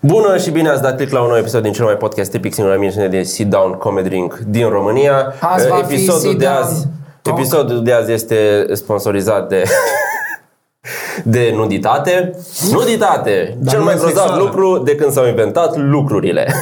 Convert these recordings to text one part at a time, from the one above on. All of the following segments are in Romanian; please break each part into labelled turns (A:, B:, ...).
A: Bună și bine ați dat click la un nou episod din cel mai podcast tipic singura emisiune de Sit Down Comedy Drink din România.
B: Azi va fi
A: episodul
B: Sit
A: de
B: Down
A: azi,
B: Talk.
A: episodul de azi este sponsorizat de de nuditate. Nuditate,
C: Dar
A: cel
C: nu
A: mai
C: e
A: grozav
C: sexuală.
A: lucru de când s-au inventat lucrurile.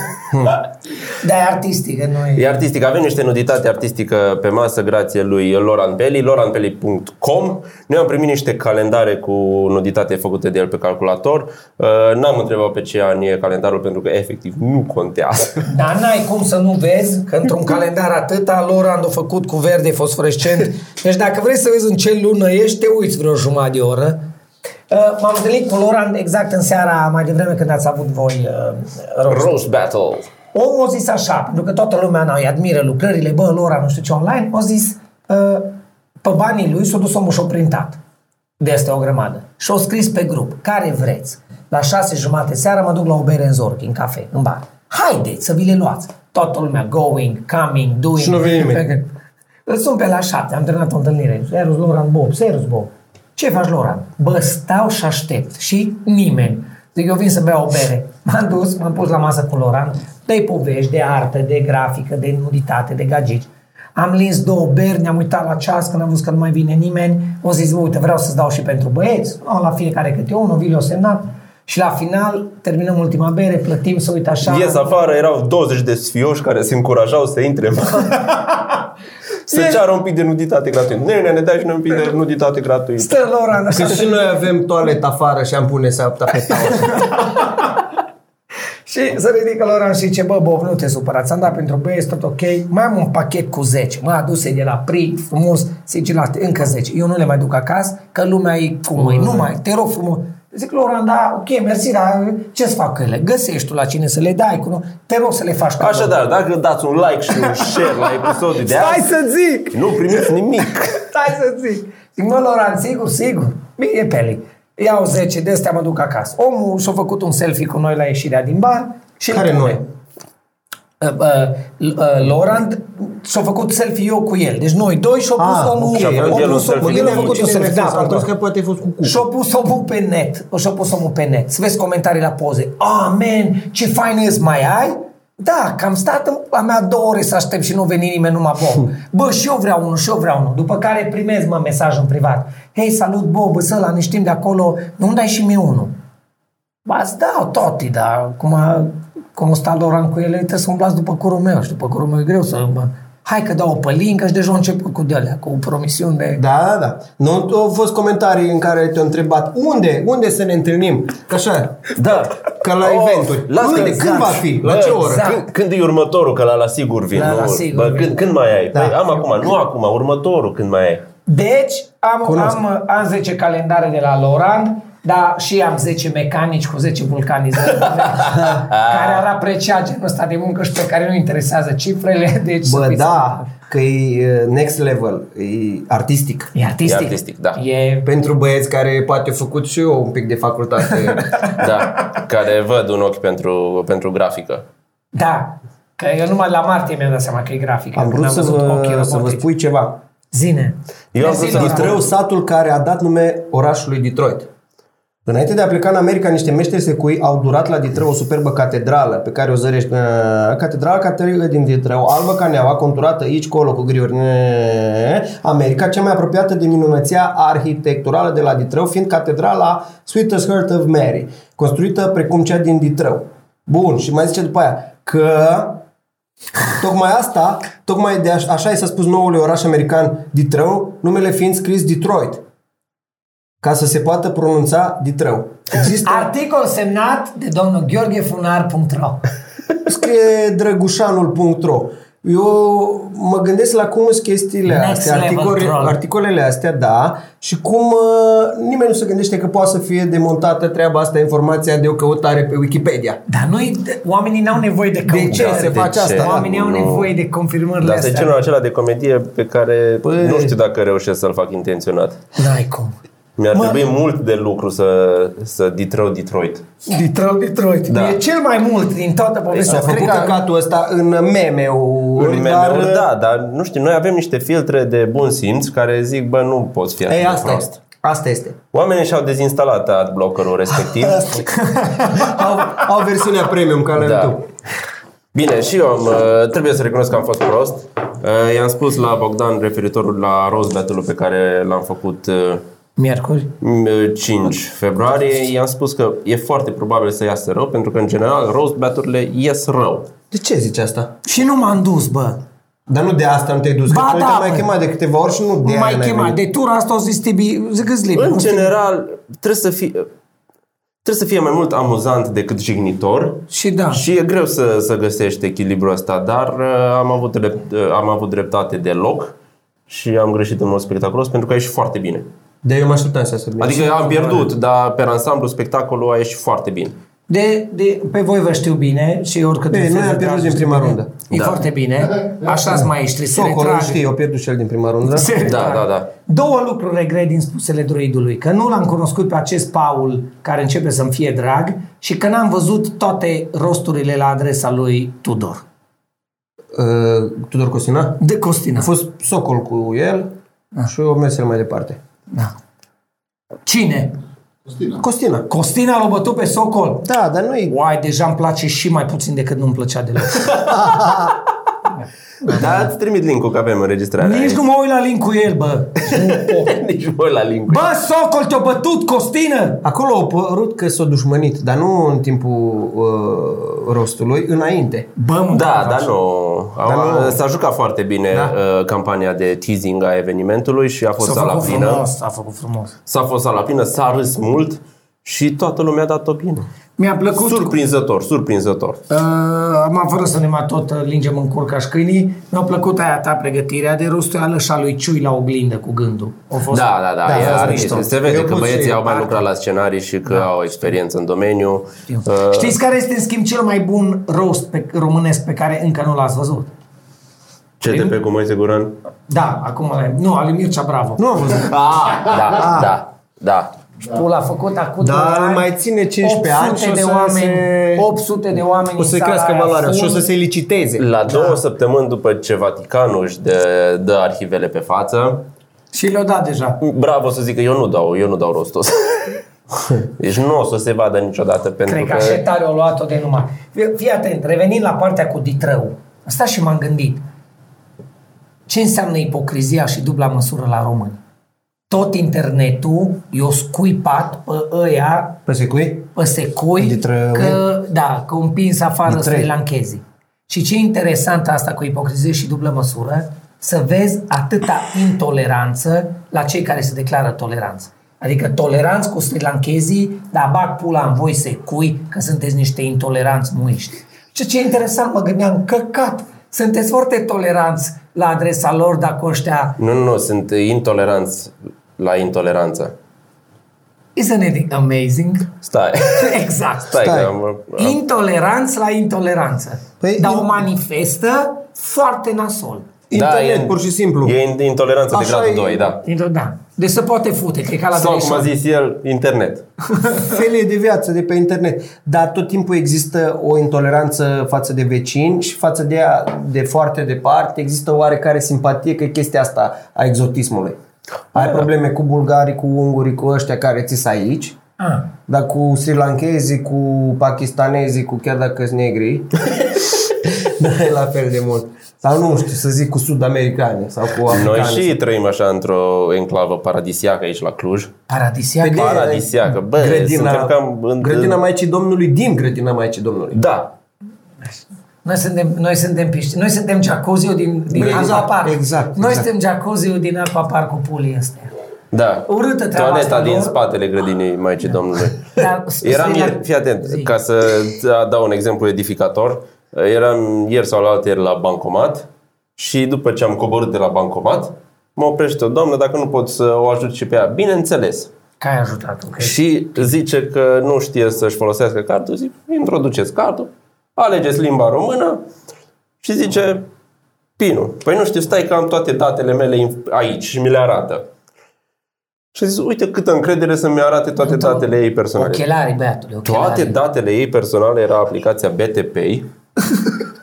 B: Da, e artistică, nu e.
A: E artistic, avem niște nuditate artistică pe masă grație lui Loran Peli, loranpeli.com. Noi am primit niște calendare cu nuditate făcute de el pe calculator. Uh, N-am întrebat pe ce an e calendarul pentru că efectiv nu contează.
B: Dar n-ai cum să nu vezi că într-un calendar atâta Lorand a făcut cu verde fosforescent. Deci dacă vrei să vezi în ce lună ești, te uiți vreo jumătate de oră. Uh, M-am întâlnit cu Lorand exact în seara mai devreme când ați avut voi uh, rost.
A: Roast Battle.
B: O, o zis așa, pentru că toată lumea noi admiră lucrările, bă, lora, nu știu ce, online, o zis, uh, pe banii lui s-a dus omul și-o printat. De asta e o grămadă. Și-o scris pe grup, care vreți. La șase jumate seara mă duc la o bere în Zorchi, în cafe, în bar. Haideți să vi le luați. Toată lumea, going, coming, doing.
C: Și nu vine nimeni.
B: Îl sun pe la șapte, am terminat o întâlnire. Serus, Loran, Bob, Serus, Bob. Ce faci, Loran? Bă, stau și aștept. Și nimeni. Zic, eu vin să beau o bere. M-am dus, m-am pus la masă cu Loran. De povești, de artă, de grafică, de nuditate, de gagici. Am lins două beri, ne-am uitat la ceas când am văzut că nu mai vine nimeni. O zis, bă, uite, vreau să-ți dau și pentru băieți. Am la fiecare câte unul, vi le-o semnat. Și la final terminăm ultima bere, plătim să uit așa.
A: Ies afară, erau 20 de sfioși care se încurajau să intre în Să ceară un pic de nuditate gratuit. Nene, ne dai și noi un pic de nuditate gratuit.
B: Stă Loran așa.
C: Că și noi avem toaletă afară și am pune să apta pe taură.
B: Și se ridică Loran și zice, bă, Bob, nu te supăra, ți-am dat pentru băieți, tot ok, mai am un pachet cu 10, mă aduse de la PRI, frumos, sigilate, încă 10, eu nu le mai duc acasă, că lumea e cu mâini, nu mai, te rog frumos. Zic, Loran, da, ok, mersi, dar ce-ți fac cu ele? Găsești tu la cine să le dai, cu nu? te rog să le faci cadou.
A: Așadar, dacă dați un like și un share la episodul de
B: Stai
A: azi,
B: să zic!
A: nu primiți nimic.
B: Stai să zic. Zic, mă, Loran, sigur, sigur. Bine, Peli. Iau 10 de astea, mă duc acasă. Omul și-a făcut un selfie cu noi la ieșirea din bar. Și
C: Care noi?
B: Uh, uh, uh, Lorand și-a făcut selfie eu cu el. Deci noi doi și-a pus
C: Ah,
B: omul.
C: ok. Și a
A: făcut
B: omul
A: el un
B: s-a-
A: selfie.
B: el a
A: Cine-
B: făcut un selfie. Da,
C: am
B: da,
C: crezut că poate a fost cu cu.
B: și-a pus omul pe net. Și-a pus omul pe net. Să vezi comentarii la poze. Ah, man, ce fain ești, mai ai? Da, că am stat în a mea două ore să aștept și nu veni nimeni numai Bob. Bă, și eu vreau unul, și eu vreau unul. După care primez, mă, mesaj în privat. Hei, salut, Bob, să la ne știm de acolo. Nu-mi dai și mie unul. Ba, îți dau toti, dar cum a, cum a stat Loran cu ele, trebuie să umblați după curul meu și după curul meu e greu să... Bă, hai că dau o pălincă și deja au început cu de cu promisiuni de...
C: Da, da. Nu au fost comentarii în care te-au întrebat unde, unde să ne întâlnim. Că așa,
A: Da.
C: ca la
A: Oh,
C: eventuri.
A: lasă
C: unde,
A: că-
C: când va fi, la
A: Bă,
C: ce oră?
B: exact.
A: Când, când e următorul? Că la, la sigur vin.
B: La-
A: nu?
B: la sigur
A: Bă,
B: vin.
A: când, când mai ai?
C: Da.
A: Păi, am acum, nu acum, următorul când mai ai.
B: Deci, am,
C: Cunosc.
B: am, am 10 calendare de la Lorand, dar și am 10 mecanici cu 10 vulcanizări care ar aprecia genul ăsta de muncă și pe care nu interesează cifrele. Deci să
C: Bă,
B: fiți-
C: da, că e uh, next level, e artistic.
B: E artistic.
A: E artistic, da.
B: E...
C: Pentru băieți care poate au făcut și eu un pic de facultate.
A: Da. Care văd un ochi pentru, pentru grafică.
B: Da. Că eu numai la martie mi-am dat seama că e grafic.
C: Am
B: când
C: vrut să
B: văzut ochii
C: vă, să vă
B: robotici.
C: spui ceva.
B: Zine.
A: Eu am vrut să vă
C: Ditreu, satul care a dat nume orașului Detroit. Înainte de a pleca în America, niște meșteri secui au durat la Ditreu o superbă catedrală pe care o zărești. Nă, Catedrala catolică din Ditreu, albă ca neaua, conturată aici, colo, cu griuri. Nă, America, cea mai apropiată de minunăția arhitecturală de la Ditreu, fiind catedrala Sweetest Heart of Mary, construită precum cea din Ditreu. Bun, și mai zice după aia că Tocmai asta, tocmai de aș, așa i s-a spus noului oraș american Ditreu, numele fiind scris Detroit, ca să se poată pronunța Ditreu. Există,
B: Articol semnat de domnul Gheorghe Funar.ro
C: scrie drăgușanul.ro. Eu mă gândesc la cum sunt chestiile
B: Next
C: astea,
B: level
C: articole,
B: troll.
C: articolele astea, da, și cum uh, nimeni nu se gândește că poate să fie demontată treaba asta, informația de o căutare pe Wikipedia.
B: Dar noi, oamenii n-au nevoie de
C: De ce
B: căutare.
C: se
A: de
C: face
A: ce?
C: asta?
B: Oamenii au
A: Nu.
B: nevoie de confirmările
A: Dar asta e
B: astea.
A: genul acela de comedie pe care
C: Păi.
A: nu știu dacă reușesc să-l fac intenționat.
B: N-ai cum.
A: Mi-ar
B: Mă-
A: trebui mult de lucru să, să ditreu Detroit.
B: Detroit, Detroit.
A: Da.
B: E cel mai mult din toată povestea.
C: S-a făcut
B: Cred că
C: căcatul ăsta în meme-uri,
A: În
C: dar, da,
A: meme-uri, da, dar nu știu, noi avem niște filtre de bun simț care zic, bă, nu poți fi atât
C: Ei,
A: de
C: asta e.
A: prost.
C: Asta este.
A: Oamenii și-au dezinstalat adblocker-ul respectiv.
C: Au, au versiunea premium ca la da.
A: Da.
C: YouTube.
A: Bine, și eu am, uh, trebuie să recunosc că am fost prost. Uh, I-am spus la Bogdan referitorul la Rose Battle-ul pe care l-am făcut uh,
B: Miercuri.
A: m- 5 februarie. I-am spus că e foarte probabil să iasă rău, pentru că în general Rose Battle-urile ies rău.
C: De ce zici asta?
B: Și nu m-am dus, bă.
C: Dar nu de asta nu te-ai dus,
B: Ba
C: că tu
B: da,
C: te-ai mai
B: bă.
C: chemat de câteva ori și nu de
B: Nu mai
C: aia n-ai Uh.
B: chema.
C: venit.
B: De tura asta o zis Tibi, zic că-s liber.
A: În
B: Nu știu.
A: general, trebuie să fie... Trebuie să fie mai mult amuzant decât jignitor
B: Și da.
A: și e greu să, să găsești echilibrul ăsta, dar uh, am avut, drept, uh, am avut dreptate deloc și am greșit în mod spectaculos pentru că a ieșit foarte bine.
C: De eu mă așteptam să se
A: Adică am pierdut, dar pe ansamblu spectacolul a ieșit foarte bine.
B: De, de, pe voi vă știu bine și oricât
C: Ei,
B: fel
C: noi am
B: de
C: pierdut
B: drag-
C: din prima rundă.
B: E
A: Da.
B: foarte bine. Așa sunt maestri. Se
C: Socorul
B: retrag.
C: știi, eu pierdut și el din prima rundă.
B: Se retrag.
A: da, da.
B: Două lucruri regret din spusele druidului. Că nu l-am cunoscut pe acest Paul care începe să-mi fie drag și că n-am văzut toate rosturile la adresa lui Tudor.
C: Uh, Tudor Costina?
B: De
C: A
B: Costina.
C: fost Socol cu el
B: Ah.
C: și eu mers el mai departe.
B: Da. Cine?
C: Costina.
B: Costina l-a bătut pe Socol.
C: Da, dar nu e...
B: Uai, deja îmi place și mai puțin decât nu-mi plăcea deloc.
A: Da, îți trimit link-ul că avem înregistrarea.
B: Nici nu mă uit la link cu el, bă.
A: Nici voi la link
B: Bă, Socol, te-a bătut, Costină!
C: Acolo au părut că s-a dușmănit, dar nu în timpul uh, rostului, înainte.
B: Bă, mă,
A: Da, dar nu.
C: Dar nu.
A: Au- S-a jucat foarte bine uh, campania de teasing a evenimentului și a fost
B: S-a
A: sala
B: făcut
A: plină.
B: frumos, a făcut frumos.
A: S-a fost sala plină, s-a râs mult și toată lumea a dat-o bine.
B: Mi-a plăcut, uh,
A: Surprinzător, surprinzător.
B: am fără să ne mai tot uh, lingem în cur ca și câinii, mi-a plăcut aia ta pregătirea de rostoială și a lui Ciui la oglindă cu gândul. A fost
A: Da, da, da,
C: Da,
A: da
C: a fost
A: e,
C: mișto.
A: se, se vede
C: Eu
A: că
C: pun și
A: băieții au mai
C: parte.
A: lucrat la scenarii și că au experiență în domeniu. Uh,
B: Știți care este, în schimb, cel mai bun roast pe, românesc pe care încă nu l-ați văzut?
A: CTP cu Moise Guran?
B: Da, acum... Nu, al lui Mircea Bravo.
C: Nu am văzut.
A: Ah, da, da, da.
B: Pula a făcut acum
C: Dar
B: doi ani
C: mai ține 15 ani și
B: 800
C: o
B: de
C: să
B: oameni,
C: se-
B: 800 de oameni
C: O să
B: în sala
C: crească
B: aia,
C: valoarea și o
B: fund.
C: să se liciteze.
A: La două săptămâni după ce Vaticanul își dă, dă arhivele pe față,
B: Și le-o dat deja.
A: bravo să zic că eu nu dau, eu nu dau rostul ăsta. Deci nu o să se vadă niciodată pentru
B: Cred că
A: că...
B: așa tare o luat-o de numai. Fii- Fii atent, revenind la partea cu ditrău. Asta și m-am gândit. Ce înseamnă ipocrizia și dubla măsură la români? Tot internetul i-o scuipat pe ăia
C: Pe secui?
B: pe secui
C: Dintre
B: că, da, că un pins afară
C: Dintre-
B: sri lanchezii. Și ce e interesant asta cu ipocrizie și dublă măsură, să vezi atâta intoleranță la cei care se declară toleranți. Adică toleranți cu sri lanchezii, dar bag pula în voi secui că sunteți niște intoleranți muiști. Ce, ce e interesant, mă gândeam, căcat, sunteți foarte toleranți la adresa lor dacă ăștia...
A: Nu, nu, nu, sunt intoleranți la intoleranță.
B: Isn't it amazing?
A: Stai,
B: Exact.
A: stai,
C: Stai.
A: că am, am-
B: Intoleranță la intoleranță.
C: Păi,
B: Păi, dar
C: eu-
B: o manifestă foarte nasol.
C: Internet,
A: Da, e-
C: pur și simplu.
A: E in- intoleranță de
C: Așa
A: gradul
C: e.
A: 2, da.
B: Intol- Da. Deci se poate fute, cred că la
A: Sau cum a
B: Beleșov.
A: zis el, internet.
C: felie de viață de pe internet. Dar tot timpul există o intoleranță față de vecini și față de, ea de foarte departe. Există oarecare simpatie că e chestia asta a exotismului.
A: Da.
C: Ai probleme cu bulgarii, cu ungurii, cu ăștia care ți aici,
B: Ah.
C: dar cu sri lanchezii, cu pakistanezii, cu chiar dacă sunt negri, nu e la fel de mult. Sau nu știu, să zic cu sud-americani sau cu
A: Noi
C: africani.
A: și trăim așa într-o enclavă paradisiacă aici la Cluj.
B: Paradisiac.
C: Pe Păi de-
A: Paradisiacă, bă,
C: grădina,
A: suntem cam în-
C: grădina Maicii Domnului din grădina Maicii Domnului.
A: Da,
B: Noi suntem, noi suntem piști. Noi suntem jacuzziul din, din
C: Exact,
B: Aqua Park.
C: exact,
B: Noi
C: exact.
B: suntem jacuzziul din Aqua Park cu pulii astea.
A: da.
B: Urâtă treaba
A: Toaleta
B: asta,
A: din
B: nu? Da.
A: spatele grădinii Maicii Domnului.
B: Dar,
A: Eram
B: Sri
A: ieri,
B: Lan-
A: fii atent,
B: Zi.
A: ca să îți dau un exemplu edificator. Eram ieri sau la ieri la bancomat și după ce am coborât de la bancomat, mă oprește o doamnă dacă nu pot să o ajut și pe ea. Bineînțeles.
B: Că ai ajutat ok.
A: Și zice că nu știe să-și folosească cardul, zic, introduceți cardul, alegeți limba română și zice, Pinu, păi nu știu, stai că am toate datele mele inf- aici și mi le arată. Și a zis, uite câtă încredere să-mi arate toate datele ei personale.
B: Ochelarii, băiatule, ochelarii.
A: Toate datele ei personale era aplicația BTP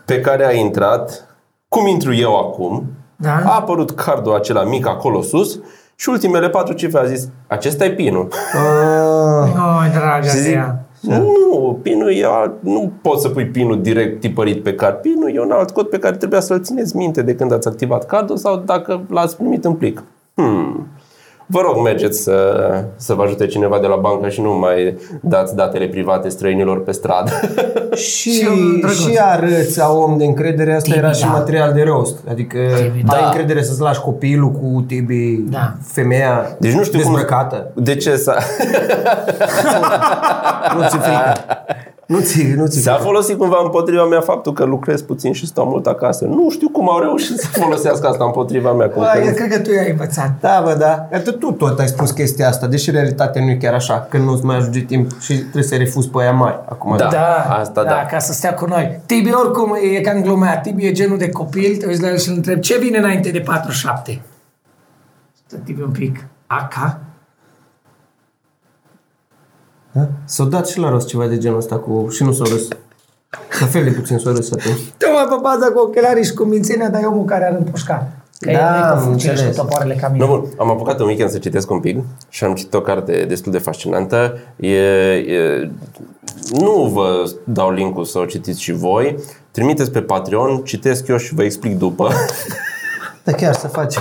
A: pe care a intrat, cum intru eu acum,
B: Da.
C: Ah.
A: a apărut cardul acela mic acolo sus Și ultimele patru cifre a zis, acesta e pinul.
C: Ah,
B: Ai, dragă
A: Și zic,
B: mea.
A: nu, pinul e alt, nu poți să pui pinul direct tipărit pe card. Pinul e un alt cod pe care trebuia să-l țineți minte de când ați activat cardul sau dacă l-ați primit în plic. Hmm. Vă rog, mergeți să, să vă ajute cineva de la bancă și nu mai dați datele private străinilor pe stradă.
C: și,
B: Și un drăguț.
C: și arăți a om de încredere, asta era și
B: Da.
C: material de rost. Adică
B: Da.
C: ai încredere să-ți lași copilul cu tibi,
B: Da.
C: femeia
A: Deci nu știu
C: dezbrăcată.
A: cum... De ce s-a,
C: Nu ți frică. Nu ți, nu ți
A: s-a
C: frică.
A: folosit cumva împotriva mea faptul că lucrez puțin și stau mult acasă. Nu știu cum au reușit să folosească asta împotriva mea. Cum
B: Bă, eu cred că tu i-ai învățat.
C: Da, bă, da. Atât tu tot ai spus chestia asta, deși realitatea nu e chiar așa, că nu-ți mai ajunge timp și trebuie să refuzi pe aia mari. Acum,
A: Da.
B: Da,
A: asta
B: da,
A: da.
B: ca să stea cu noi. Tibi oricum e ca în glumea. Tibi e genul de copil, te uiți la el și îl întreb ce vine înainte de 47? Stă Tibi un pic. AK?
C: Da? S-a dat și la rost ceva de genul ăsta cu... și nu s-a râs. La fel de puțin s-a râs atunci.
B: Tu mă pe baza cu ochelarii și cu mințenia, dar e omul care are împușcat. Că
C: Da,
B: da, e
C: am
B: cu fucile și cu
C: înțeles.
B: topoarele ca mine.
A: No, bun, am apucat un weekend să citesc un pic și am citit o carte destul de fascinantă. E, e, nu vă dau linkul să o citiți și voi. Trimiteți pe Patreon, citesc eu și vă explic după.
C: Da, chiar să faci.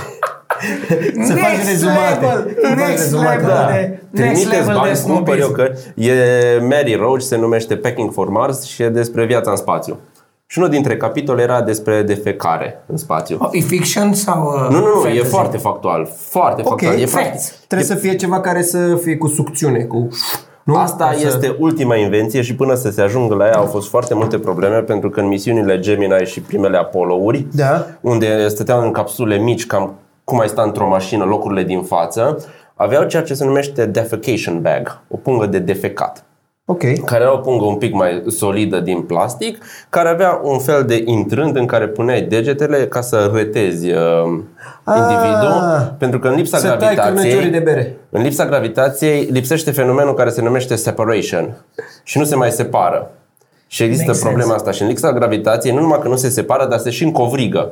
C: să faci
B: Next
C: rezumate.
B: level,
C: Să faci
B: next
C: rezumate,
B: level
C: da.
B: de- Next
A: Trimiteți
B: level de
A: bani,
B: snobism.
A: cumpăr eu că e Mary Roach, se numește Packing for Mars și e despre viața în spațiu. Și unul dintre capitole era despre defecare în spațiu.
B: E fiction sau... uh,
A: Nu, nu, nu, e
B: fantasy?
A: foarte factual, foarte
C: Ok,
A: factual. E
B: facts.
A: practic.
C: Trebuie să fie ceva care să fie cu sucțiune, cu... Nu?
A: Asta
C: Ca să-
A: este ultima invenție și până să se ajungă la ea au fost foarte multe probleme pentru că în misiunile Gemini și primele Apollo-uri,
C: Da.
A: unde stăteau în capsule mici, cam cum ai sta într-o mașină, locurile din față, aveau ceea ce se numește defecation bag, o pungă de defecat
C: Ok.
A: care era o pungă un pic mai solidă din plastic, care avea un fel de intrând în care puneai degetele ca să retezi uh, individul,
C: Ah.
A: pentru că în lipsa
C: Să tai
A: gravitației
C: cârnăciorii de bere.
A: în lipsa gravitației lipsește fenomenul care se numește separation și nu se mai separă. Și există
B: Makes
A: problema
B: sense.
A: asta. Și în lipsa gravitației, nu numai că nu se separă, dar se și încovrigă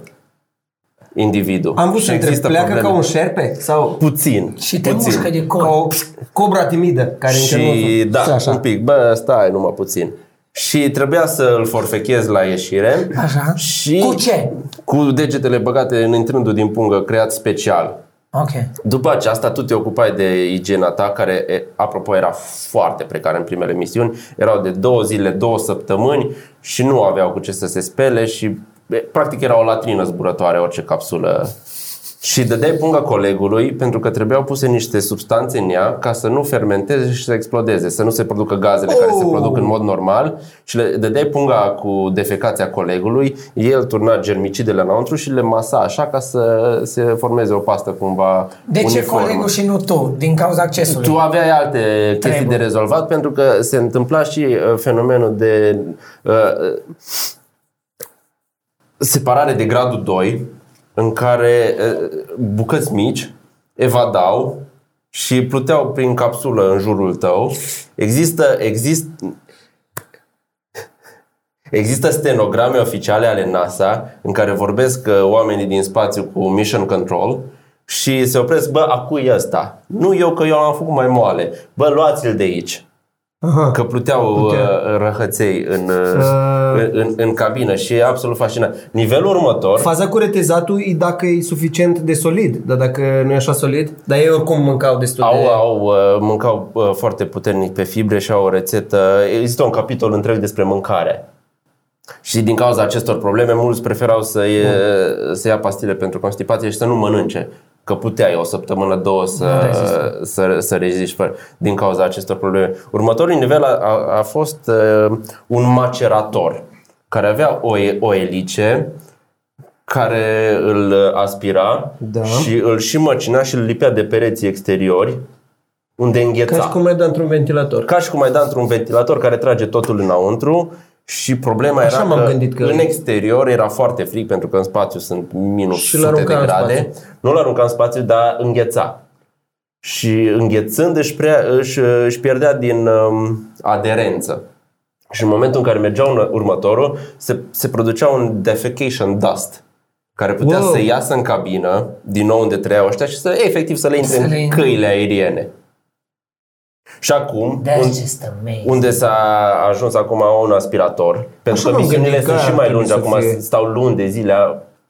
A: individul.
C: Am vrut
A: Și
C: să întreb,
A: există
C: pleacă
A: probleme.
C: ca un șerpe? Sau
A: Puțin.
B: Și te
A: puțin.
B: mușcă de
C: ca
B: cor.
C: o cobra timidă? Care încă
A: Și
C: nu...
A: da,
C: Și
A: un
C: așa.
A: pic, bă, stai numai puțin. Și trebuia să îl forfechezi la ieșire.
B: Așa.
A: Și
B: Cu ce?
A: Cu degetele băgate în intrându din pungă, creat special.
B: Ok.
A: După aceasta, tu te ocupai de igiena ta, care, e, apropo, era foarte precară în primele misiuni. Erau de două zile, două săptămâni și nu aveau cu ce să se spele și, e, practic, era o latrină zburătoare orice capsulă. Și dădeai punga colegului pentru că trebuiau puse niște substanțe în ea ca să nu fermenteze și să explodeze, să nu se producă gazele care se
C: Oh!
A: produc în mod normal și le dădeai punga cu defecația colegului, el turna germicidele înăuntru și le masa așa ca să se formeze o pastă cumva
B: De ce
A: uniformă.
B: colegul și nu tu? Din cauza accesului.
A: Tu aveai alte chestii de rezolvat pentru că se întâmpla și uh, fenomenul de uh, uh, separare de gradul 2 în care uh, bucăți mici evadau și pluteau prin capsulă în jurul tău. Există, exist, Există stenograme oficiale ale NASA în care vorbesc uh, oamenii din spațiu cu Mission Control și se opresc, bă, acu e ăsta. Nu eu, că eu am făcut mai moale. Bă, luați-l de aici.
C: Aha.
A: Că pluteau okay. răhăței în, uh...
C: Să-
A: în, în, în cabină și e absolut fascinant. Nivelul următor...
C: Faza cu retezatul e dacă e suficient de solid, dar dacă nu e așa solid, dar ei oricum mâncau destul
A: Au,
C: de...
A: au, uh, mâncau uh, foarte puternic pe fibre și au o rețetă. Există un capitol întreg despre mâncare. Și din cauza acestor probleme, mulți preferau să, ie,
C: Da.
A: să ia pastile pentru constipație și să nu mănânce. Că puteai o săptămână, două
C: Da,
A: să, să, să reziști fără, din cauza acestor probleme. Următorul nivel a, a, a fost uh, un macerator care avea o, e- o elice care îl uh, aspira
C: Da.
A: și îl și măcina și îl lipea de pereții exteriori unde îngheța.
C: Ca și cum ai dat într-un ventilator.
A: Ca și cum ai da într-un ventilator care trage totul înăuntru și problema
C: Așa
A: era
C: m-am
A: că,
C: gândit că-
A: în exterior era foarte frig pentru că în spațiu sunt minus
C: Și
A: sute de
C: l-arunca în
A: grade. Nu l-arunca în spațiu, dar îngheța. Și înghețând își, prea, își, își pierdea din um, aderență. Și în momentul în care mergeau în următorul, se, se producea un defecation dust care putea
C: Wow.
A: wow. să iasă în cabină, din nou unde trăiau ăștia, și să, efectiv, să le intre
B: Să le
A: în
B: intre.
A: căile aeriene. Și acum,
B: That's
A: un-
B: just amazing.
A: unde s-a ajuns acum un aspirator, pentru
C: Așa
A: că
C: m-am
A: misiunile
C: gândit că
A: sunt și
C: ar
A: mai
C: trebui
A: lungi
C: să
A: acum,
C: fie.
A: stau luni de zile,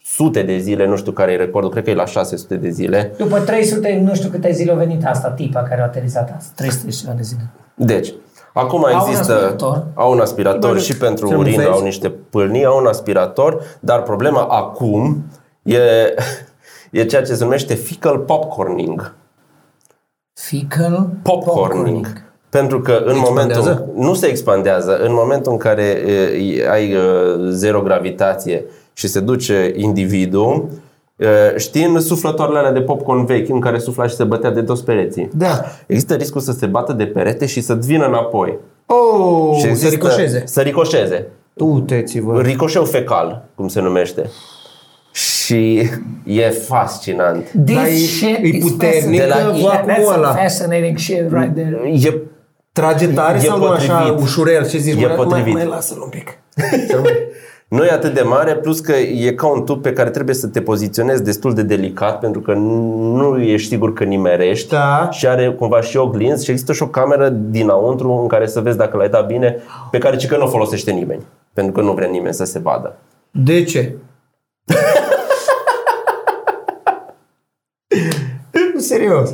A: sute de zile, nu știu care e recordul, cred că e la 600 de zile.
B: După 300, nu știu câte zile a venit asta, tipa care a aterizat asta. 300 și ceva de zile.
A: Deci, acum
B: un
A: există...
B: aspirator.
A: Au un aspirator și pentru
C: Să-mi
A: urină,
C: vezi.
A: au niște pâlnii, au un aspirator, dar problema acum e, e ceea ce se numește fecal popcorning.
B: Fickle
A: Popcorning. Pentru că în
C: Expandează?
A: momentul... Nu se expandează. În momentul în care e, ai e, zero gravitație și se duce individul, e, știi în suflătoarele alea de popcorn vechi în care sufla și se bătea de toți pereții.
C: Da.
A: Există riscul să se bată de perete și să-ți vină înapoi.
C: Oh,
A: Și
C: și să
A: există-
C: ricoșeze.
A: Să ricoșeze.
C: Uite-ți-vă.
A: Ricoșeu fecal, cum se numește. Și e fascinant.
B: This
C: Dar e-
B: shit
C: e
B: is
C: puternic
A: De la-
B: fascinating.
A: cu
B: Yeah, that's
C: acum ăla.
B: some fascinating shit right there.
A: E,
C: Trage tare
A: E
C: sau nu așa
A: potrivit.
C: ușurel? Ce zici?
A: E
C: mă,
A: potrivit.
C: Mai, mai lasă-l un pic.
A: nu e atât de mare, plus că e ca un tub pe care trebuie să te poziționezi destul de delicat, pentru că nu ești sigur că nimerești.
C: Da.
A: Și are cumva și oglinzi și există și o cameră dinăuntru în care să vezi dacă l-ai dat bine, pe care ci că nu o folosește nimeni, pentru că nu vrea nimeni să se vadă.
C: De ce? Serios.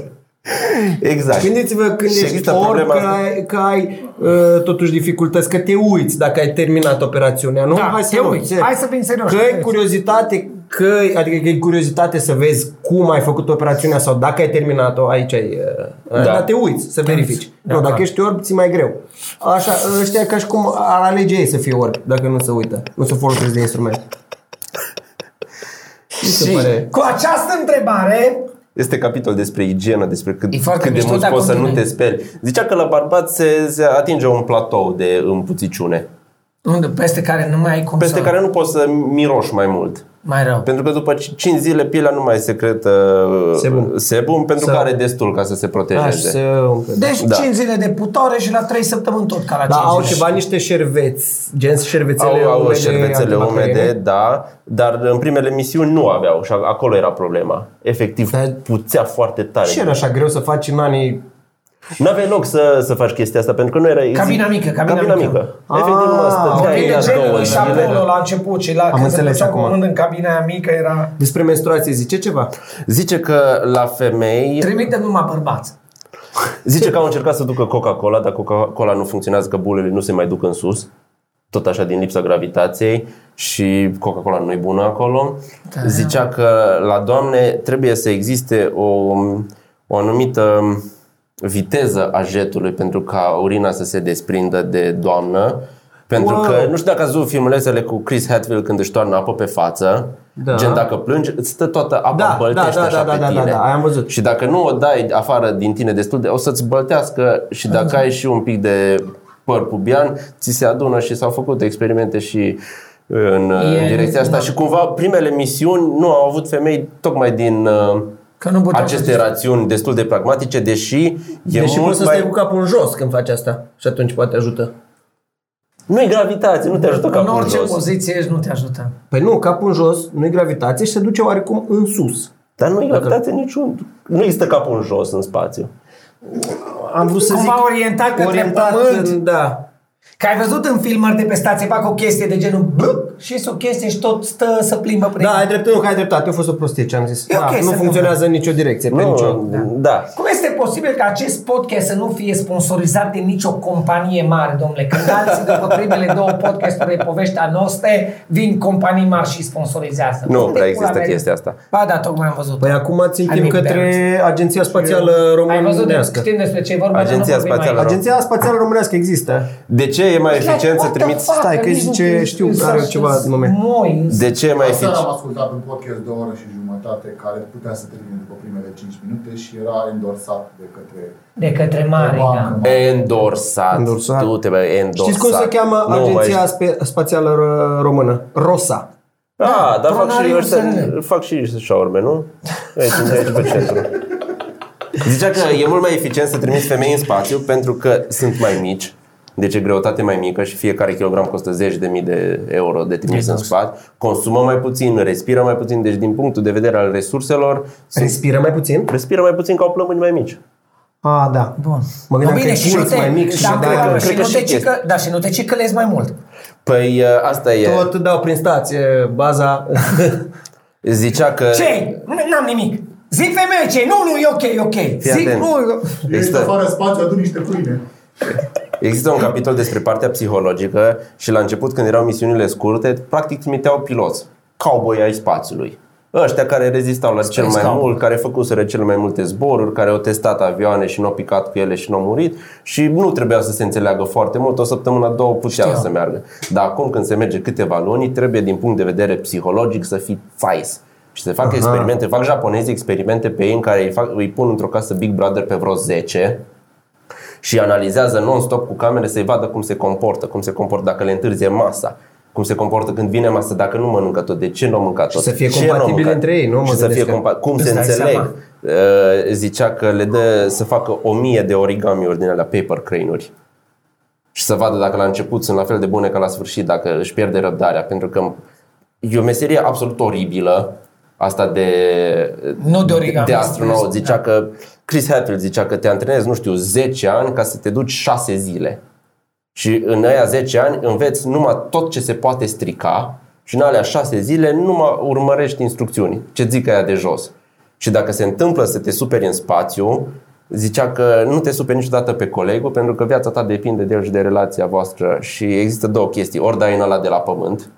A: Exact.
C: Gândiți-vă când
A: Și
C: ești
A: există
C: ori
A: problema
C: că
A: asta.
C: ai, că ai uh, totuși dificultăți, că te uiți dacă ai terminat operațiunea, nu?
B: Da, te
C: nu,
B: uiți.
C: serios.
B: Hai să fim serioși,
C: Că
B: te
C: ai
B: uiți.
C: curiozitate, că, adică că e curiozitate să vezi cum ai făcut operațiunea sau dacă ai terminat-o, aici ai... Uh,
A: Da.
C: Dar te uiți să verifici.
B: uiți. Da,
C: Da, nu, dacă
B: clar.
C: ești orb, ți mai greu. Așa, ăștia ca și cum ar alege ei să fie orb, dacă nu se uită. Nu se folosesc de instrument. Mi se pare...
B: Cu această întrebare,
A: Este capitol despre igienă, despre cât,
B: E foarte
A: cât de
B: mișto, da,
A: mult
B: dar
A: poți să nu
B: continuă.
A: te speli. Zicea că la bărbat se, se atinge un platou de împuțiciune,
B: unde peste care nu mai ai cum
A: peste
B: să...
A: care nu poți să miroși mai mult.
B: Mai rău.
A: Pentru că după 5 zile pielea nu mai secretă
C: Sebum.
A: sebum pentru
C: Să-
A: că are destul ca să se
C: Aș
A: protejeze.
C: să... umple.
B: Deci
A: Da.
B: 5 zile de putore și la 3 săptămâni tot ca la 5
C: Dar Da, au
B: zile.
C: ceva niște șerveți, gen șervețele
A: au, au
C: umede,
A: șervețele
C: antibacteriene.
A: umede, da, dar în primele misiuni nu aveau și acolo era problema. Efectiv,
C: Dar-
A: puțea foarte tare.
C: Ce era așa greu să faci în anii...
A: Nu aveai loc să, să faci chestia asta, pentru că nu era...
B: Cabina mică, cabina mică.
A: Efectiv, nu
C: Ah,
A: asta.
C: ok,
A: Da,
B: Depinde
A: era
B: genul,
A: două
B: și
A: zile.
B: Apollo la început și la când se
C: înțeles
B: duceau cu
C: acum.
B: mâna în cabina aia mică era...
C: Despre menstruație zice ceva?
A: Zice că la femei,
B: Trimitem numai bărbați.
A: zice că au încercat să ducă Coca-Cola, dar Coca-Cola nu funcționează, că bulele nu se mai duc în sus, tot așa din lipsa gravitației și Coca-Cola nu e bună acolo.
B: Da.
A: Zicea că la doamne trebuie să existe o, o anumită viteză a jetului pentru ca urina să se desprindă de doamnă. Pentru
C: Wow.
A: wow. că, nu știu dacă ați văzut filmulețele cu Chris Hadfield când își toarnă apă pe față,
C: Da.
A: da. gen dacă plângi, îți stă toată apa
C: Da,
A: da, băltește
C: da, da,
A: așa
C: da,
A: pe
C: da, da,
A: tine.
C: da, aia am văzut.
A: Și dacă nu o dai afară din tine destul de, o să-ți băltească și dacă ai și un pic de păr pubian, ți se adună și s-au făcut experimente și uh, în, uh, în direcția asta. Și cumva primele misiuni nu au avut femei tocmai din uh,
B: Că nu putem
A: aceste rațiuni destul de pragmatice, deși e
C: Deși poți
A: mult
C: să stai
A: mai...
C: cu capul în jos când faci asta și atunci poate ajută.
A: Nu e gravitație, nu te ajută
B: În
A: capul
B: orice
A: jos.
B: poziție ești, nu te ajută.
C: Păi nu, capul în jos, nu e gravitație și se duce oarecum în sus.
A: Dar nu e gravitație niciun... Nu există capul în jos în spațiu.
C: Am vrut să
B: Cumva
C: zic...
B: orientat către pământ.
C: în- Da.
B: Că ai văzut în filmări de pe stație, fac o chestie de genul blup, și este o chestie și tot stă să plimbă prin
C: Da, ai dreptate, nu, că ai dreptate, a fost o prostie ce am zis.
B: E
C: Da,
B: ok
C: nu
B: să
C: funcționează în nicio direcție, pe
A: Nu,
C: nicio...
A: da.
B: Cum este posibil ca acest podcast să nu fie sponsorizat de nicio companie mare, domnule? Când alții, după primele două podcasturi de povești a noastre, vin companii mari și sponsorizează.
A: Nu
B: Unde
A: prea
B: pula
A: există
B: mea e?
A: chestia asta.
B: Ba da, tocmai am văzut.
C: Păi acum țintim
B: Amic
C: către Agenția Spațială
B: Ai văzut,
C: Românească.
B: știm despre ce e vorba, dar nu
A: Agenția
B: vorbim
A: Spațială
B: aici.
C: Agenția Spațială Românească există.
A: De ce e mai eficient să
B: What the
A: trimiți...
B: fuck?
C: Stai, că
B: Nici
C: zice,
B: nu
C: știu,
B: știu,
C: are
B: să-
C: ceva
B: să-
C: nume.
B: Moi,
A: De ce e mai
D: Aseară
A: eficient?
D: am ascultat un podcast de o oră și jumătate care putea să termine după primele 5 minute și era endorsat de către
B: de către mari, da.
D: bancă.
A: Endorsat.
C: Endorsat.
A: Du-te, bă, endorsat.
C: Știți cum se cheamă
A: Nu
C: Agenția
A: mai-
C: Spe- Spațială Ră- Română? ROSA.
A: Ah, dar fac și,
B: Pronariul
A: ăștia,
B: sânge.
A: fac și ăștia șaurme, nu? Aici, aici pe centru. Zicea că e mult mai eficient să trimiți femei în spațiu pentru că sunt mai mici. deci e greutate mai mică și fiecare kilogram costă zeci de mii de euro de trimis
C: Exact.
A: în spate, consumă mai puțin, respiră mai puțin, deci din punctul de vedere al resurselor, sunt-
C: Respiră mai puțin?
A: respiră mai puțin ca o plămâni mai mici.
C: A, da.
B: Bun.
C: Mă gândeam că e
B: și nu
C: mult
B: te,
C: mai mic și
B: da,
C: de
B: cred
C: aia
B: că-
C: că-
B: și
A: cred că
B: nu te
A: și chestia.
B: cică, da, și nu te cicălezi mai mult.
A: Păi uh, asta e.
C: Tot dau prin stație baza.
A: Zicea că...
B: Ce? Nu- N-am nimic. Zic femeie ce? Nu, nu, e ok, e ok.
A: Fii
B: Zic,
A: atent.
B: nu,
D: Ești
A: Există-
D: afară spațiu, adu niște pâine.
A: Există un capitol despre partea psihologică și la început când erau misiunile scurte, practic trimiteau piloți, cowboy ai spațiului. Ăștia care rezistau la cel mai
B: cowboy.
A: mult, care făcuseră cele mai multe zboruri, care au testat avioane și nu au picat cu ele și nu au murit și nu trebuia să se înțeleagă foarte mult, o săptămână, două puteau
B: Știau.
A: să meargă. Dar acum când se merge câteva luni, trebuie din punct de vedere psihologic să fii fais. Și se fac experimente, fac japonezii experimente pe ei în care îi, fac, îi pun într-o casă Big Brother pe vreo 10 și analizează non-stop cu camere să-i vadă cum se comportă, cum se comportă dacă le întârzie masa, cum se comportă când vine masă, dacă nu mănâncă tot, de ce nu mănâncă tot.
C: să fie
A: ce n-au
C: compatibili
A: mâncat.
C: între ei, nu? Mă
A: Și să
C: gândesc
A: fie
C: că-
A: compa- cum
B: Îți
A: se
B: dai
A: înțeleg.
B: seama.
A: Uh, Zicea că le dă să facă o mie de origamiuri din alea paper crane-uri și să vadă dacă la început sunt la fel de bune ca la sfârșit, dacă își pierde răbdarea, pentru că e o meserie absolut oribilă asta de,
B: Nu de origami.
A: Adică de astronaut. Zicea că Chris Hadfield zicea că te antrenezi, nu știu, 10 ani ca să te duci 6 zile. Și în aia 10 ani înveți numai tot ce se poate strica și în alea 6 zile numai urmărești instrucțiuni, ce zic aia de jos. Și dacă se întâmplă să te superi în spațiu, zicea că nu te superi niciodată pe colegul pentru că viața ta depinde de el și de relația voastră și există două chestii. Ori dai în ăla de la pământ,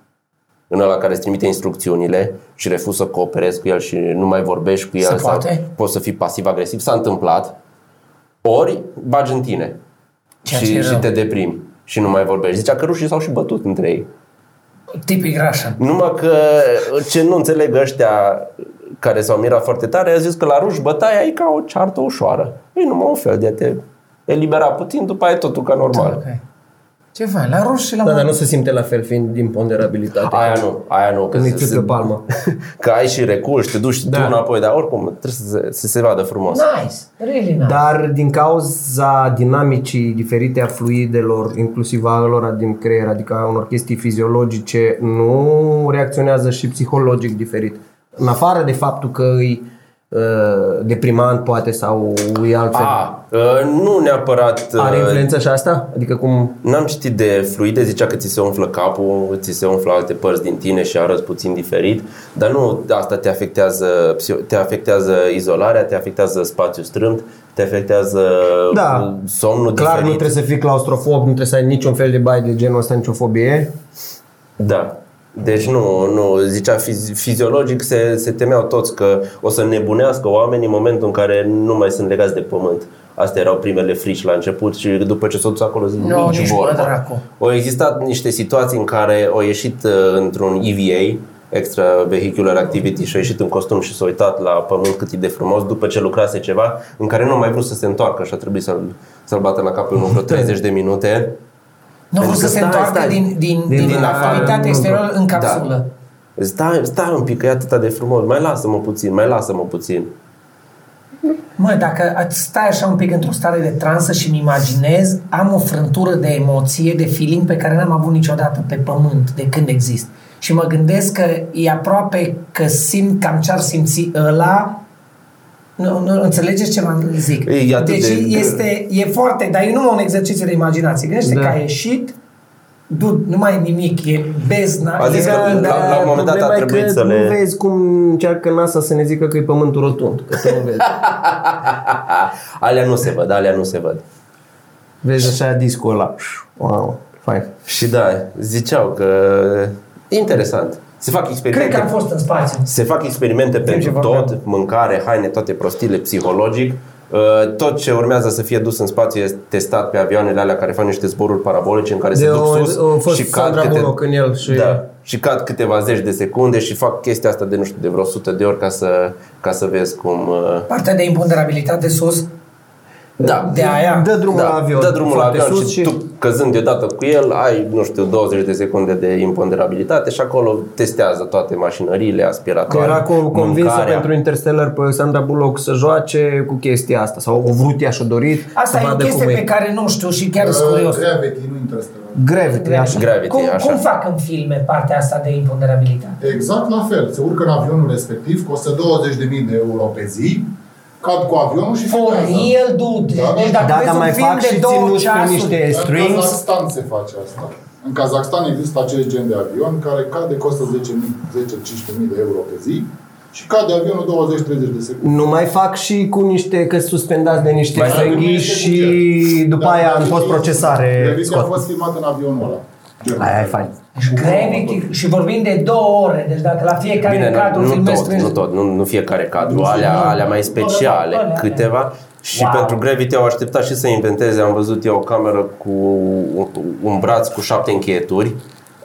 A: în ăla care îți trimite instrucțiunile și refuz să cooperezi cu el și nu mai vorbești cu el
B: Se
A: sau
B: poate?
A: poți să fii pasiv-agresiv, s-a întâmplat, ori bagi în tine
B: Ceea ce
A: și,
B: e
A: și
B: rău.
A: te deprimi și nu mai vorbești. Zicea că rușii s-au și bătut între ei.
B: Tipic Russian.
A: Numai că ce nu înțeleg ăștia care s-au mirat foarte tare, a zis că la ruși bătaia e ca o ceartă ușoară. E numai un fel de a te elibera puțin, după aia e totul ca normal.
B: Ok. Ce fain, la ruși și la
C: Da, dar nu se simte la fel fiind din ponderabilitate.
A: Aia nu, aia nu. Că,
C: Când îi
A: se-
C: țuică palmă.
A: că ai și recurs, te duci da.
C: Da.
A: tu înapoi, dar oricum trebuie să se, să se vadă frumos.
B: Nice, really nice.
C: Dar din cauza dinamicii diferite a fluidelor, inclusiv a lor din creier, adică a unor chestii fiziologice, nu reacționează și psihologic diferit. În afară de faptul că îi uh, deprimant poate sau e altfel.
A: A, uh, nu neapărat... uh,
C: Are influență și asta? Adică cum...
A: N-am citit de fluide, zicea că ți se umflă capul, ți se umflă alte părți din tine și arăți puțin diferit, dar nu asta te afectează, psih- te afectează izolarea, te afectează spațiul strâmt, te afectează
C: Da.
A: somnul
C: Clar nu
A: diferit.
C: trebuie să fii claustrofob, nu trebuie să ai niciun fel de bai de genul ăsta, nicio fobie.
A: Da. Deci nu, nu, zicea fizi- fiziologic se, se temeau toți că o să nebunească oamenii în momentul în care nu mai sunt legați de pământ. Astea erau primele frici la început și după ce s-a dus acolo zic,
B: Nu,
A: nici
B: nici bă,
A: vorba.
B: dracu.
A: Au existat niște situații în care au ieșit uh, într-un EVA, Extra Vehicular Activity, și au ieșit în costum și s-au uitat la pământ cât e de frumos după ce lucrase ceva, în care nu au mai vrut să se întoarcă și a trebuit să-l, să-l bată la capul vreo 30 de minute.
B: Nu
A: Pentru
B: vreau să
A: că
B: se
A: stai,
B: întoarcă
A: stai.
B: din, din,
C: Din-
B: din,
C: din
B: din
C: afară,
B: activitatea
C: nu,
B: exterioară
C: nu. Da.
B: în capsulă.
A: Stai, stai un pic, că e atâta de frumos. Mai lasă-mă puțin, mai lasă-mă puțin.
B: Mă, dacă ați stai așa un pic într-o stare de transă și îmi imaginez, am o frântură de emoție, de feeling pe care n-am avut niciodată pe pământ de când exist. Și mă gândesc că e aproape că simt cam ce ar simți ăla nu, nu, înțelegeți ce v-am zic?
A: E atât
B: deci
A: de-
B: este, e foarte, dar e numai un exercițiu de imaginație. Gândește
C: Da.
B: că a ieșit, du, nu mai e nimic, e bezna.
A: A zis
B: e-
A: că la-
C: dar
A: la un moment dat a
C: problema e
A: trebuit
C: că
A: să le-
C: Nu vezi cum încearcă NASA să ne zică că e pământul rotund, că tu nu vezi.
A: Alea nu se văd, alea nu se văd.
C: Vezi așa discul ăla. Wow, fain.
A: Și da, ziceau că... Interesant. Se fac
B: Cred
A: experimente.
B: că am fost în spațiu.
A: Se fac experimente pentru
C: ce vorbeam.
A: tot, mâncare, haine, toate prostiile, psihologic. Uh, Tot ce urmează să fie dus în spațiu este testat pe avioanele alea care fac niște zboruri parabolice în care se
C: De
A: duc
C: o-
A: sus
C: o- a fost
A: și cad
C: Sandra
A: câte-
C: Bullock în el și-
A: da, și cad câteva zeci de secunde și fac chestia asta de nu știu de vreo 100 de ori ca să, ca să vezi cum uh,
B: Partea de imponderabilitate sus,
A: da,
B: de aia.
C: Dă drumul
A: da,
C: la avion.
A: Dă drumul la
C: foarte
A: avion
C: sus
A: și, tu căzând deodată cu el, ai, nu știu, 20 de secunde de imponderabilitate și acolo testează toate mașinăriile, aspiratoare,
C: Era cu- convinsă
A: mâncarea.
C: pentru Interstellar pe Sandra Bullock să joace cu chestia asta sau o vrut ea și-o dorit
B: Asta
C: să
B: e o
C: vadă
B: chestie
C: cum
B: pe care nu știu și chiar sunt
D: Uh,
B: curios.
D: Gravity, nu Interstellar.
C: Gravity, așa.
A: Gravity,
B: cum,
A: așa.
B: cum fac în filme partea asta de imponderabilitate?
D: Exact la fel. Se urcă în avionul respectiv, costă 20.000 de euro pe zi, cad cu avionul și
B: For
D: filmează.
B: real, dude.
D: Da,
B: deci
D: da.
B: dacă
C: Da,
B: vezi
C: dar
B: un
C: mai
B: film
C: fac
B: de
C: și
B: două
C: ținut cu
B: ceasuri,
C: niște
D: În
C: strings.
D: Kazakhstan se face asta. În Kazakhstan există acel gen de avion care cade, costă 10.000, 10-15.000 de euro pe zi și cade avionul 20-30 de secunde.
C: Nu mai fac și cu niște, că suspendați de niște
A: Mai fac
C: sânghii Exact. și după
D: Dar
C: aia în
D: Gravity-
C: post-procesare
D: Gravity da, a
C: scot.
D: fost filmat în avionul ăla. Gen.
C: Aia e fain.
B: Și Gravity și vorbim de două ore, deci dacă la fiecare
A: Bine,
B: cadru
A: nu, nu
B: filmezi
A: tot, nu tot, nu, nu fiecare cadru, alea, alea mai speciale,
B: Alea, alea.
A: câteva. Și
B: Wow.
A: pentru Gravity au așteptat și să inventeze, am văzut eu o cameră cu un, un braț cu șapte încheieturi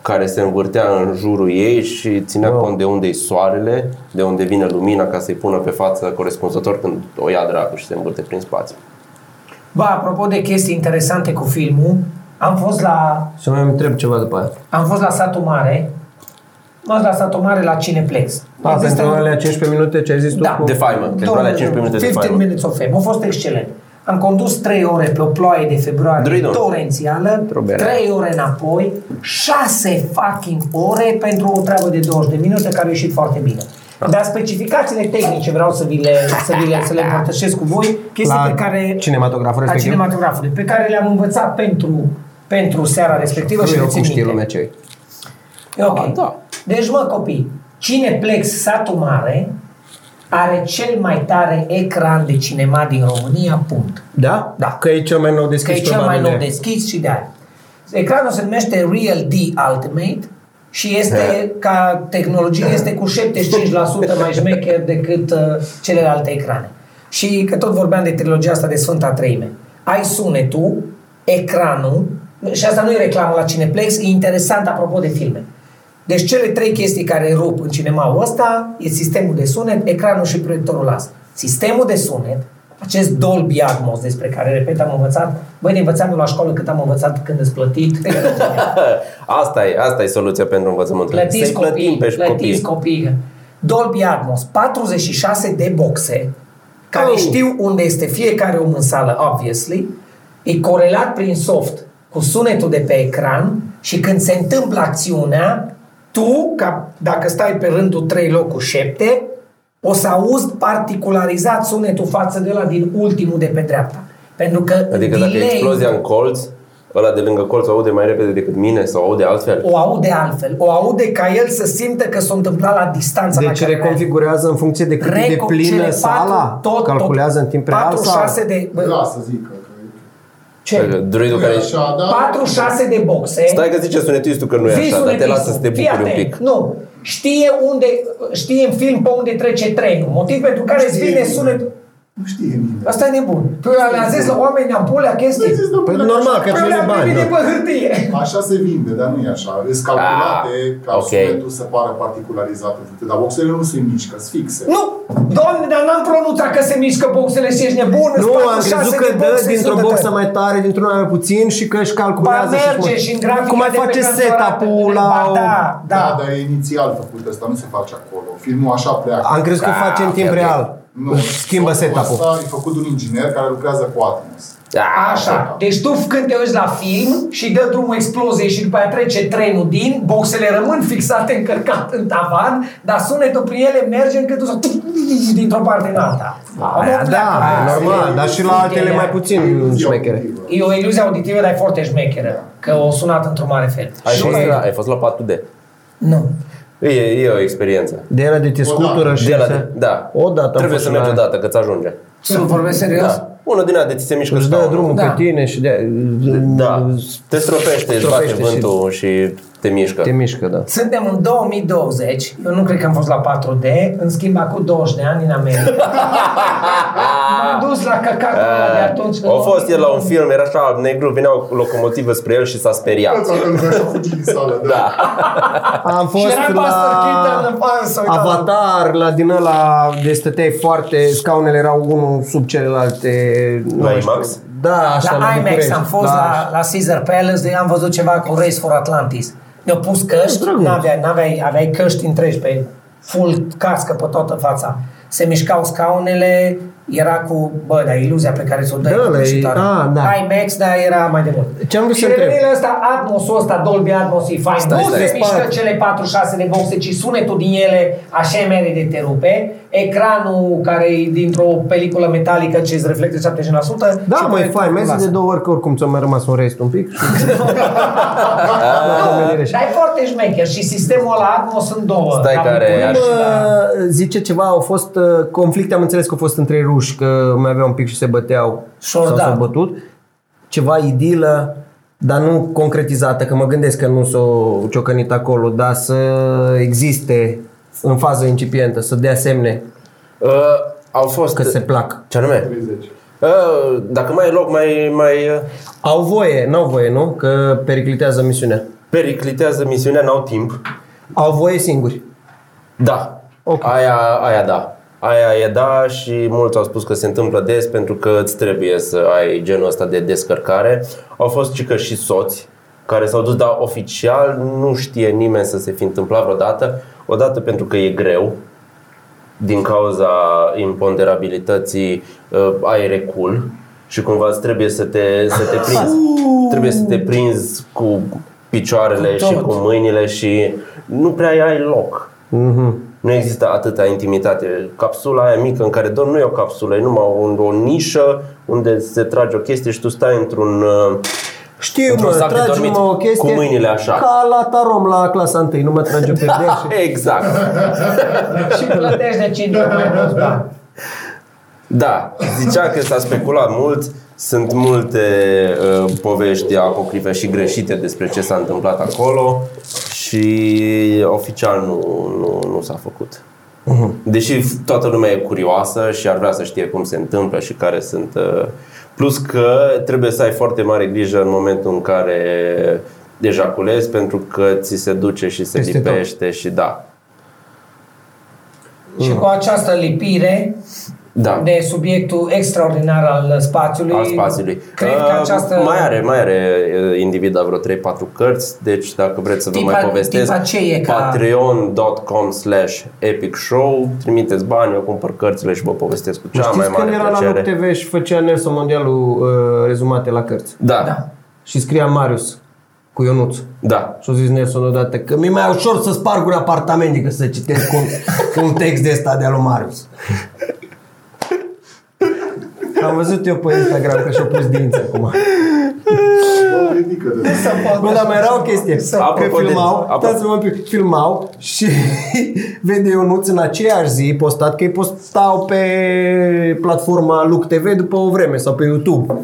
A: care se învârtea în jurul ei și ținea wow. cont de unde e soarele, de unde vine lumina ca să-i pună pe față corespunzător când o ia dracu și se învârte prin spațiu.
B: Ba, apropo de chestii interesante cu filmul, am fost la,
C: Și mai întreb ceva după aia.
B: am fost la Satul Mare, am fost la Satul Mare la Cineplex.
C: A,
B: Există-
C: Da, pentru alea 15 minute ce ai zis tu?
B: Da.
C: cu-
A: De faimă, pentru alea 15 minute de
B: 15
A: faimă.
B: minutes of fame. A fost excelent. Am condus 3 ore pe o ploaie de februarie
A: Dridon.
B: torențială,
A: Trubere.
B: 3 ore înapoi, 6 fucking ore pentru o treabă de 20 de minute care a ieșit foarte bine.
C: Da.
B: Dar specificațiile tehnice vreau să vi le, să vi le, să le împărtășesc cu voi, chestii
C: La
B: pe care
C: cinematograful
B: la
C: respectiv?
B: cinematografului, pe care le-am învățat pentru, pentru seara respectivă
C: Nu
B: și
C: eu
B: le țin
C: cum știe
B: minte.
C: lumea ce e.
B: E ok.
A: Ah, da.
B: Deci, mă, copii, Cineplex Satul Mare are cel mai tare ecran de cinema din România, punct.
C: Da?
B: Da.
C: Că e cel mai nou
B: Că
C: deschis
B: e cel mai
C: probabil
B: nou
C: de-
B: deschis și de aia. Ecranul se numește Real D Ultimate și este, ca tehnologie, este cu 75% mai șmecher decât uh, celelalte ecrane. Și că tot vorbeam de trilogia asta de Sfânta Treime. Ai sunetul, ecranul, și asta nu e reclamă la Cineplex, e interesant apropo de filme. Deci cele trei chestii care rup în cinemaul ăsta e sistemul de sunet, ecranul și proiectorul LAS. Sistemul de sunet, acest Dolby Atmos despre care, repet, am învățat, băi, ne învățam eu la școală cât am învățat când îți plătit.
A: asta, e, asta e soluția pentru învățământul.
B: Plătiți
A: Să-i
B: copii,
A: plătim pe
B: plătiți copii. Dolby Atmos, 46 de boxe care
A: Oh.
B: știu unde este fiecare om în sală, obviously, e corelat prin soft cu sunetul de pe ecran și când se întâmplă acțiunea, tu, ca, dacă stai pe rândul 3 locul 7, o să auzi particularizat sunetul față de la din ultimul de pe dreapta. Pentru că
A: Adică dacă e
B: delay-ul-
A: explozia în colț, ăla de lângă colț o aude mai repede decât mine sau o aude altfel.
B: o aude altfel. O aude ca el să simtă că s-a întâmplat la distanța la
C: Deci
B: care era.
C: reconfigurează în funcție de cât e de
B: Reco- cele
C: plină
B: patru,
C: sala?
B: tot, tot,
C: Calculează în timp real
B: patru, șase
C: sau?
B: de...
D: Da,
B: Bă,
D: să zic că... că-
B: ce?
A: Druidul
D: Nu e
A: care...
D: așa, da? dar...
B: 4-6 de boxe.
A: Stai că zice sunetistul că nu e
B: Vii
A: așa, dar te
B: sunetistul,
A: lasă să te
B: fii
A: bucuri un
B: atent.
A: pic.
B: Nu. Știe unde, știe în film pe unde trece trenul. Motiv pentru care îți
D: Știe
B: vine
D: nimeni.
B: sunet.
D: Nu știe nimeni.
B: Asta e nebun. Tu le-a zis la oameni, am pulea chestii.
D: Păi zis, domnule,
C: Păi normal, că
B: Păi eu
C: ține
B: le-am
C: bani.
B: primit de
C: da.
B: pe hârtie.
D: Așa se vinde, dar nu e așa. Sunt
A: Ah,
D: calculate ca
A: ok.
D: sunetul să pară particularizat. în fântână, Dar boxele nu se mișcă, sunt fixe.
B: Nu! Doamne, dar n-am pronunțat că se mișcă boxele și ești nebun. îți
C: Nu,
B: fac
C: am
B: șase
C: crezut
B: de
C: că dă
B: boxe,
C: dintr-o
B: sunt de
C: boxă
B: tăi.
C: mai tare, dintr-una mai puțin și că își
B: Ba
C: calculează
B: merge
C: și
B: și în grafica
C: Cum mai
B: de pe
C: face
B: cantonat,
C: setup-ul
B: Ba,
C: la...
B: da,
D: Da,
B: da.
D: dar e inițial făcut asta, nu se face acolo. Filmul așa pleacă.
C: Am crezut că
A: Da,
C: face în timp
A: ok, ok.
C: real. Își schimbă
D: Filmul
C: setup-ul.
D: Ăsta e făcut de un inginer care lucrează cu Atmos.
A: Da.
B: Așa. Deci tu când te uiți la film și dă drumul exploziei și după aia trece trenul din, boxele rămân fixate, încărcat în tavan, dar sunetul prin ele merge încât tu să... dintr-o parte în alta.
C: Aia,
B: Nu
C: da,
B: pleacă
C: e
B: aia.
C: normal, dar și la altele mai puțin
D: E
C: șmechere.
D: obiectivă.
B: E o iluzie auditivă, dar e foarte șmecheră, că o sunat într-un mare fel.
A: Ai
B: Și-
A: fost, la, ai fost la 4D.
B: Nu.
A: E, e o experiență.
C: De era de te scutură și...
A: De la,
C: se-
A: da.
C: Odată am
A: Trebuie
C: fost
A: să
C: și
A: mergi
C: la-
A: odată, că ți ajunge.
B: Să vorbesc serios?
A: Da. Una din alea de ți se mișcă
C: Își dă
A: scaunul.
C: drumul
B: Da.
C: pe tine și de
A: Da. Te stropește, îți bate
C: Stropește și-
A: vântul și te mișcă.
C: Te mișcă, da.
B: Suntem în 2020, eu nu cred că am fost la 4D, în schimb acum 20 de ani în America. M-am dus la căcatul ăla de atunci.
A: A fost el la un film, era așa alb-negru, vinea o locomotivă spre el și s-a speriat.
D: Asta că lucra și-a fugit din sală, da.
C: Am
B: Și
C: fost
B: era Buster Keaton
C: la
B: în față, s-a uitat la-
C: Avatar, la din ăla de stăteai foarte, scaunele erau unul sub celelalte. nu
A: La
C: mai știu.
A: IMAX?
C: Da,
B: la,
C: așa,
B: IMAX
C: București, Da.
B: am fost, la, la Caesar Palace, am văzut ceva cu Race for Atlantis. Ne-au pus căști, n-aveai, n-aveai, aveai căști întregi pe full cască pe toată fața. Se mișcau scaunele, era cu, bă, da, iluzia pe care ți-o dă
C: Da, la-
B: publicitatea.
C: ah, da.
B: IMAX, da, era mai de mult.
C: Ce am vrut
B: și
C: să întreb?
B: revenind la ăsta, Atmosul ăsta, Dolby Atmos, e fain.
C: Stai,
B: nu
C: stai,
B: se
C: stai.
B: mișcă cele 4-6 de boxe, ci sunetul din ele așa e mere de te rupe. Ecranul care e dintr-o peliculă metalică ce îți reflectă 70%.
C: Da,
B: și
C: mai
B: proiectul
C: fain, mai
B: acolo
C: de două ori, că oricum ți-a mai rămas un rest un pic. Și...
A: Ah.
C: La
B: Nu,
C: pomenire și-
B: dar e foarte șmecher și sistemul ăla Atmos sunt două.
A: Stai
B: la
A: care
B: București
A: ar- da.
B: și la-
C: Bă, zice ceva, au fost uh, conflicte, am înțeles că au fost între ruși, că mai aveau un pic și se băteau
A: da.
C: sau
B: Șordan.
C: s-au bătut. Ceva idilă, dar nu concretizată, că mă gândesc că nu s-o ciocănit acolo, dar să existe în fază incipientă, să dea semne
A: Uh, au fost...
C: că se plac.
A: Ce anume?
D: 30.
A: Uh, dacă mai e loc, mai, mai uh,
C: Au voie, n-au voie, nu? Că periclitează misiunea.
A: periclitează misiunea, n-au timp.
C: Au voie singuri.
A: Da.
C: Ok.
A: Aia, aia da. Aia e da și mulți au spus că se întâmplă des pentru că îți trebuie să ai genul ăsta de descărcare. Au fost și că și soți care s-au dus, dar oficial nu știe nimeni să se fi întâmplat vreodată. Odată pentru că e greu, din cauza imponderabilității uh, ai recul și cumva îți trebuie să te, să te prinzi. trebuie să te prinzi cu picioarele
B: Cu
A: și
B: tot.
A: cu mâinile și nu prea ai loc.
B: Mhm.
A: Nu există atâta intimitate. Capsula aia mică în care dormi nu e o capsulă, e numai o, o nișă unde se trage o chestie și tu stai într-un... uh,
C: Știu,
A: Într-un
C: mă,
A: sac de
C: tragi
A: dormit,
C: mă o chestie
A: cu mâinile așa.
C: Ca la tarom la clasa 1, nu mă trage pe deal și...
A: Exact.
B: Și plătești de 5 ori mai mulți bani.
A: Da, zicea că s-a speculat mult, sunt multe uh, povești apocrife și greșite despre ce s-a întâmplat acolo și oficial nu, nu, nu s-a făcut.
C: Mhm.
A: Deși toată lumea e curioasă și ar vrea să știe cum se întâmplă și care sunt... uh, Plus că trebuie să ai foarte mare grijă în momentul în care ejaculezi pentru că ți se duce și se
C: Peste tot.
A: lipește și da.
B: Și cu această lipire
A: Da.
B: de subiectul extraordinar al spațiului,
A: al spațiului.
B: Păi, cred că
A: Uh,
B: această
A: Mai are, mai are uh, individa vreo 3-4 cărți, deci dacă vreți să vă
B: Tipa-
A: mai povestesc,
B: tipa ce e ca-
A: patreon.com slash epicshow, trimiteți bani, eu cumpăr cărțile și vă povestesc cu cea Da, mai
C: Știți
A: mare
C: când era la
A: plăcere.
C: Loc TV și făcea Nelson Mondialul uh, rezumate la cărți?
A: da,
B: Da.
A: da,
C: Și scria Marius cu Ionuț.
A: da.
C: Și-a zis Nelson odată că mi-e mai ușor să sparg un apartament decât să citesc un, un text de ăsta de-a lui Marius. Am văzut eu pe Instagram că și-a pus dinți acum.
D: Bă, ridică de
C: Bă, dar mai era o chestie. Că
A: Apropo de-
C: filmau,
A: apropo-
C: stați-mă un pic, filmau și vede Ionuț în aceeași zi postat că ei postau pe platforma Look TV după o vreme sau pe YouTube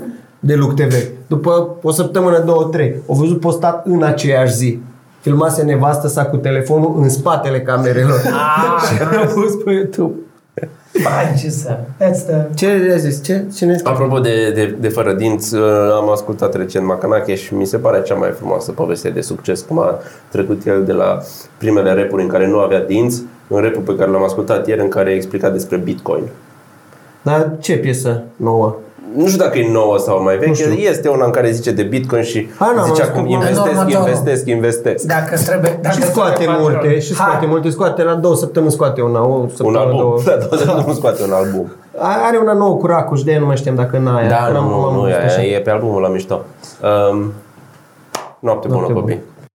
C: de Look TV. După o săptămână, două, trei, au văzut postat în aceeași zi. Filmase nevastă sa cu telefonul în spatele camerelor.
B: Ah,
C: și a pus pe YouTube.
B: Bani, ce să... That's the...
C: Ce le-a zis? Ce? Cine este?
A: Apropo de, de, de fără dinți, uh, am ascultat recent Macanache și mi se pare cea mai frumoasă poveste de succes, cum a trecut el de la primele repuri în care nu avea dinți, în repul pe care l-am ascultat ieri în care a explicat despre Bitcoin.
C: Dar ce piesă nouă?
A: nu știu dacă e nouă sau mai veche,
C: știu.
A: este una în care zice de Bitcoin și
C: Hai, n-am
A: zicea
C: auzit
A: cum
C: acum.
A: investesc,
B: Normal,
A: investesc, investesc.
B: Dacă îți trebuie... Dacă
C: Și
B: îți
C: scoate
B: trebuie
C: multe,
B: patron.
C: și scoate
B: Hai.
C: multe, scoate la două săptămâni, scoate una, o
A: Un
C: săptămână, două.
A: album. Da, două săptămâni scoate un album.
C: A- Are una nouă cu Racuș, de nu mai știam dacă n-aia.
A: Da, nu, nu, nu,
C: văzut
A: e,
C: așa.
A: e pe albumul la mișto. Um, noapte bună,
C: Noapte bună.
A: copii.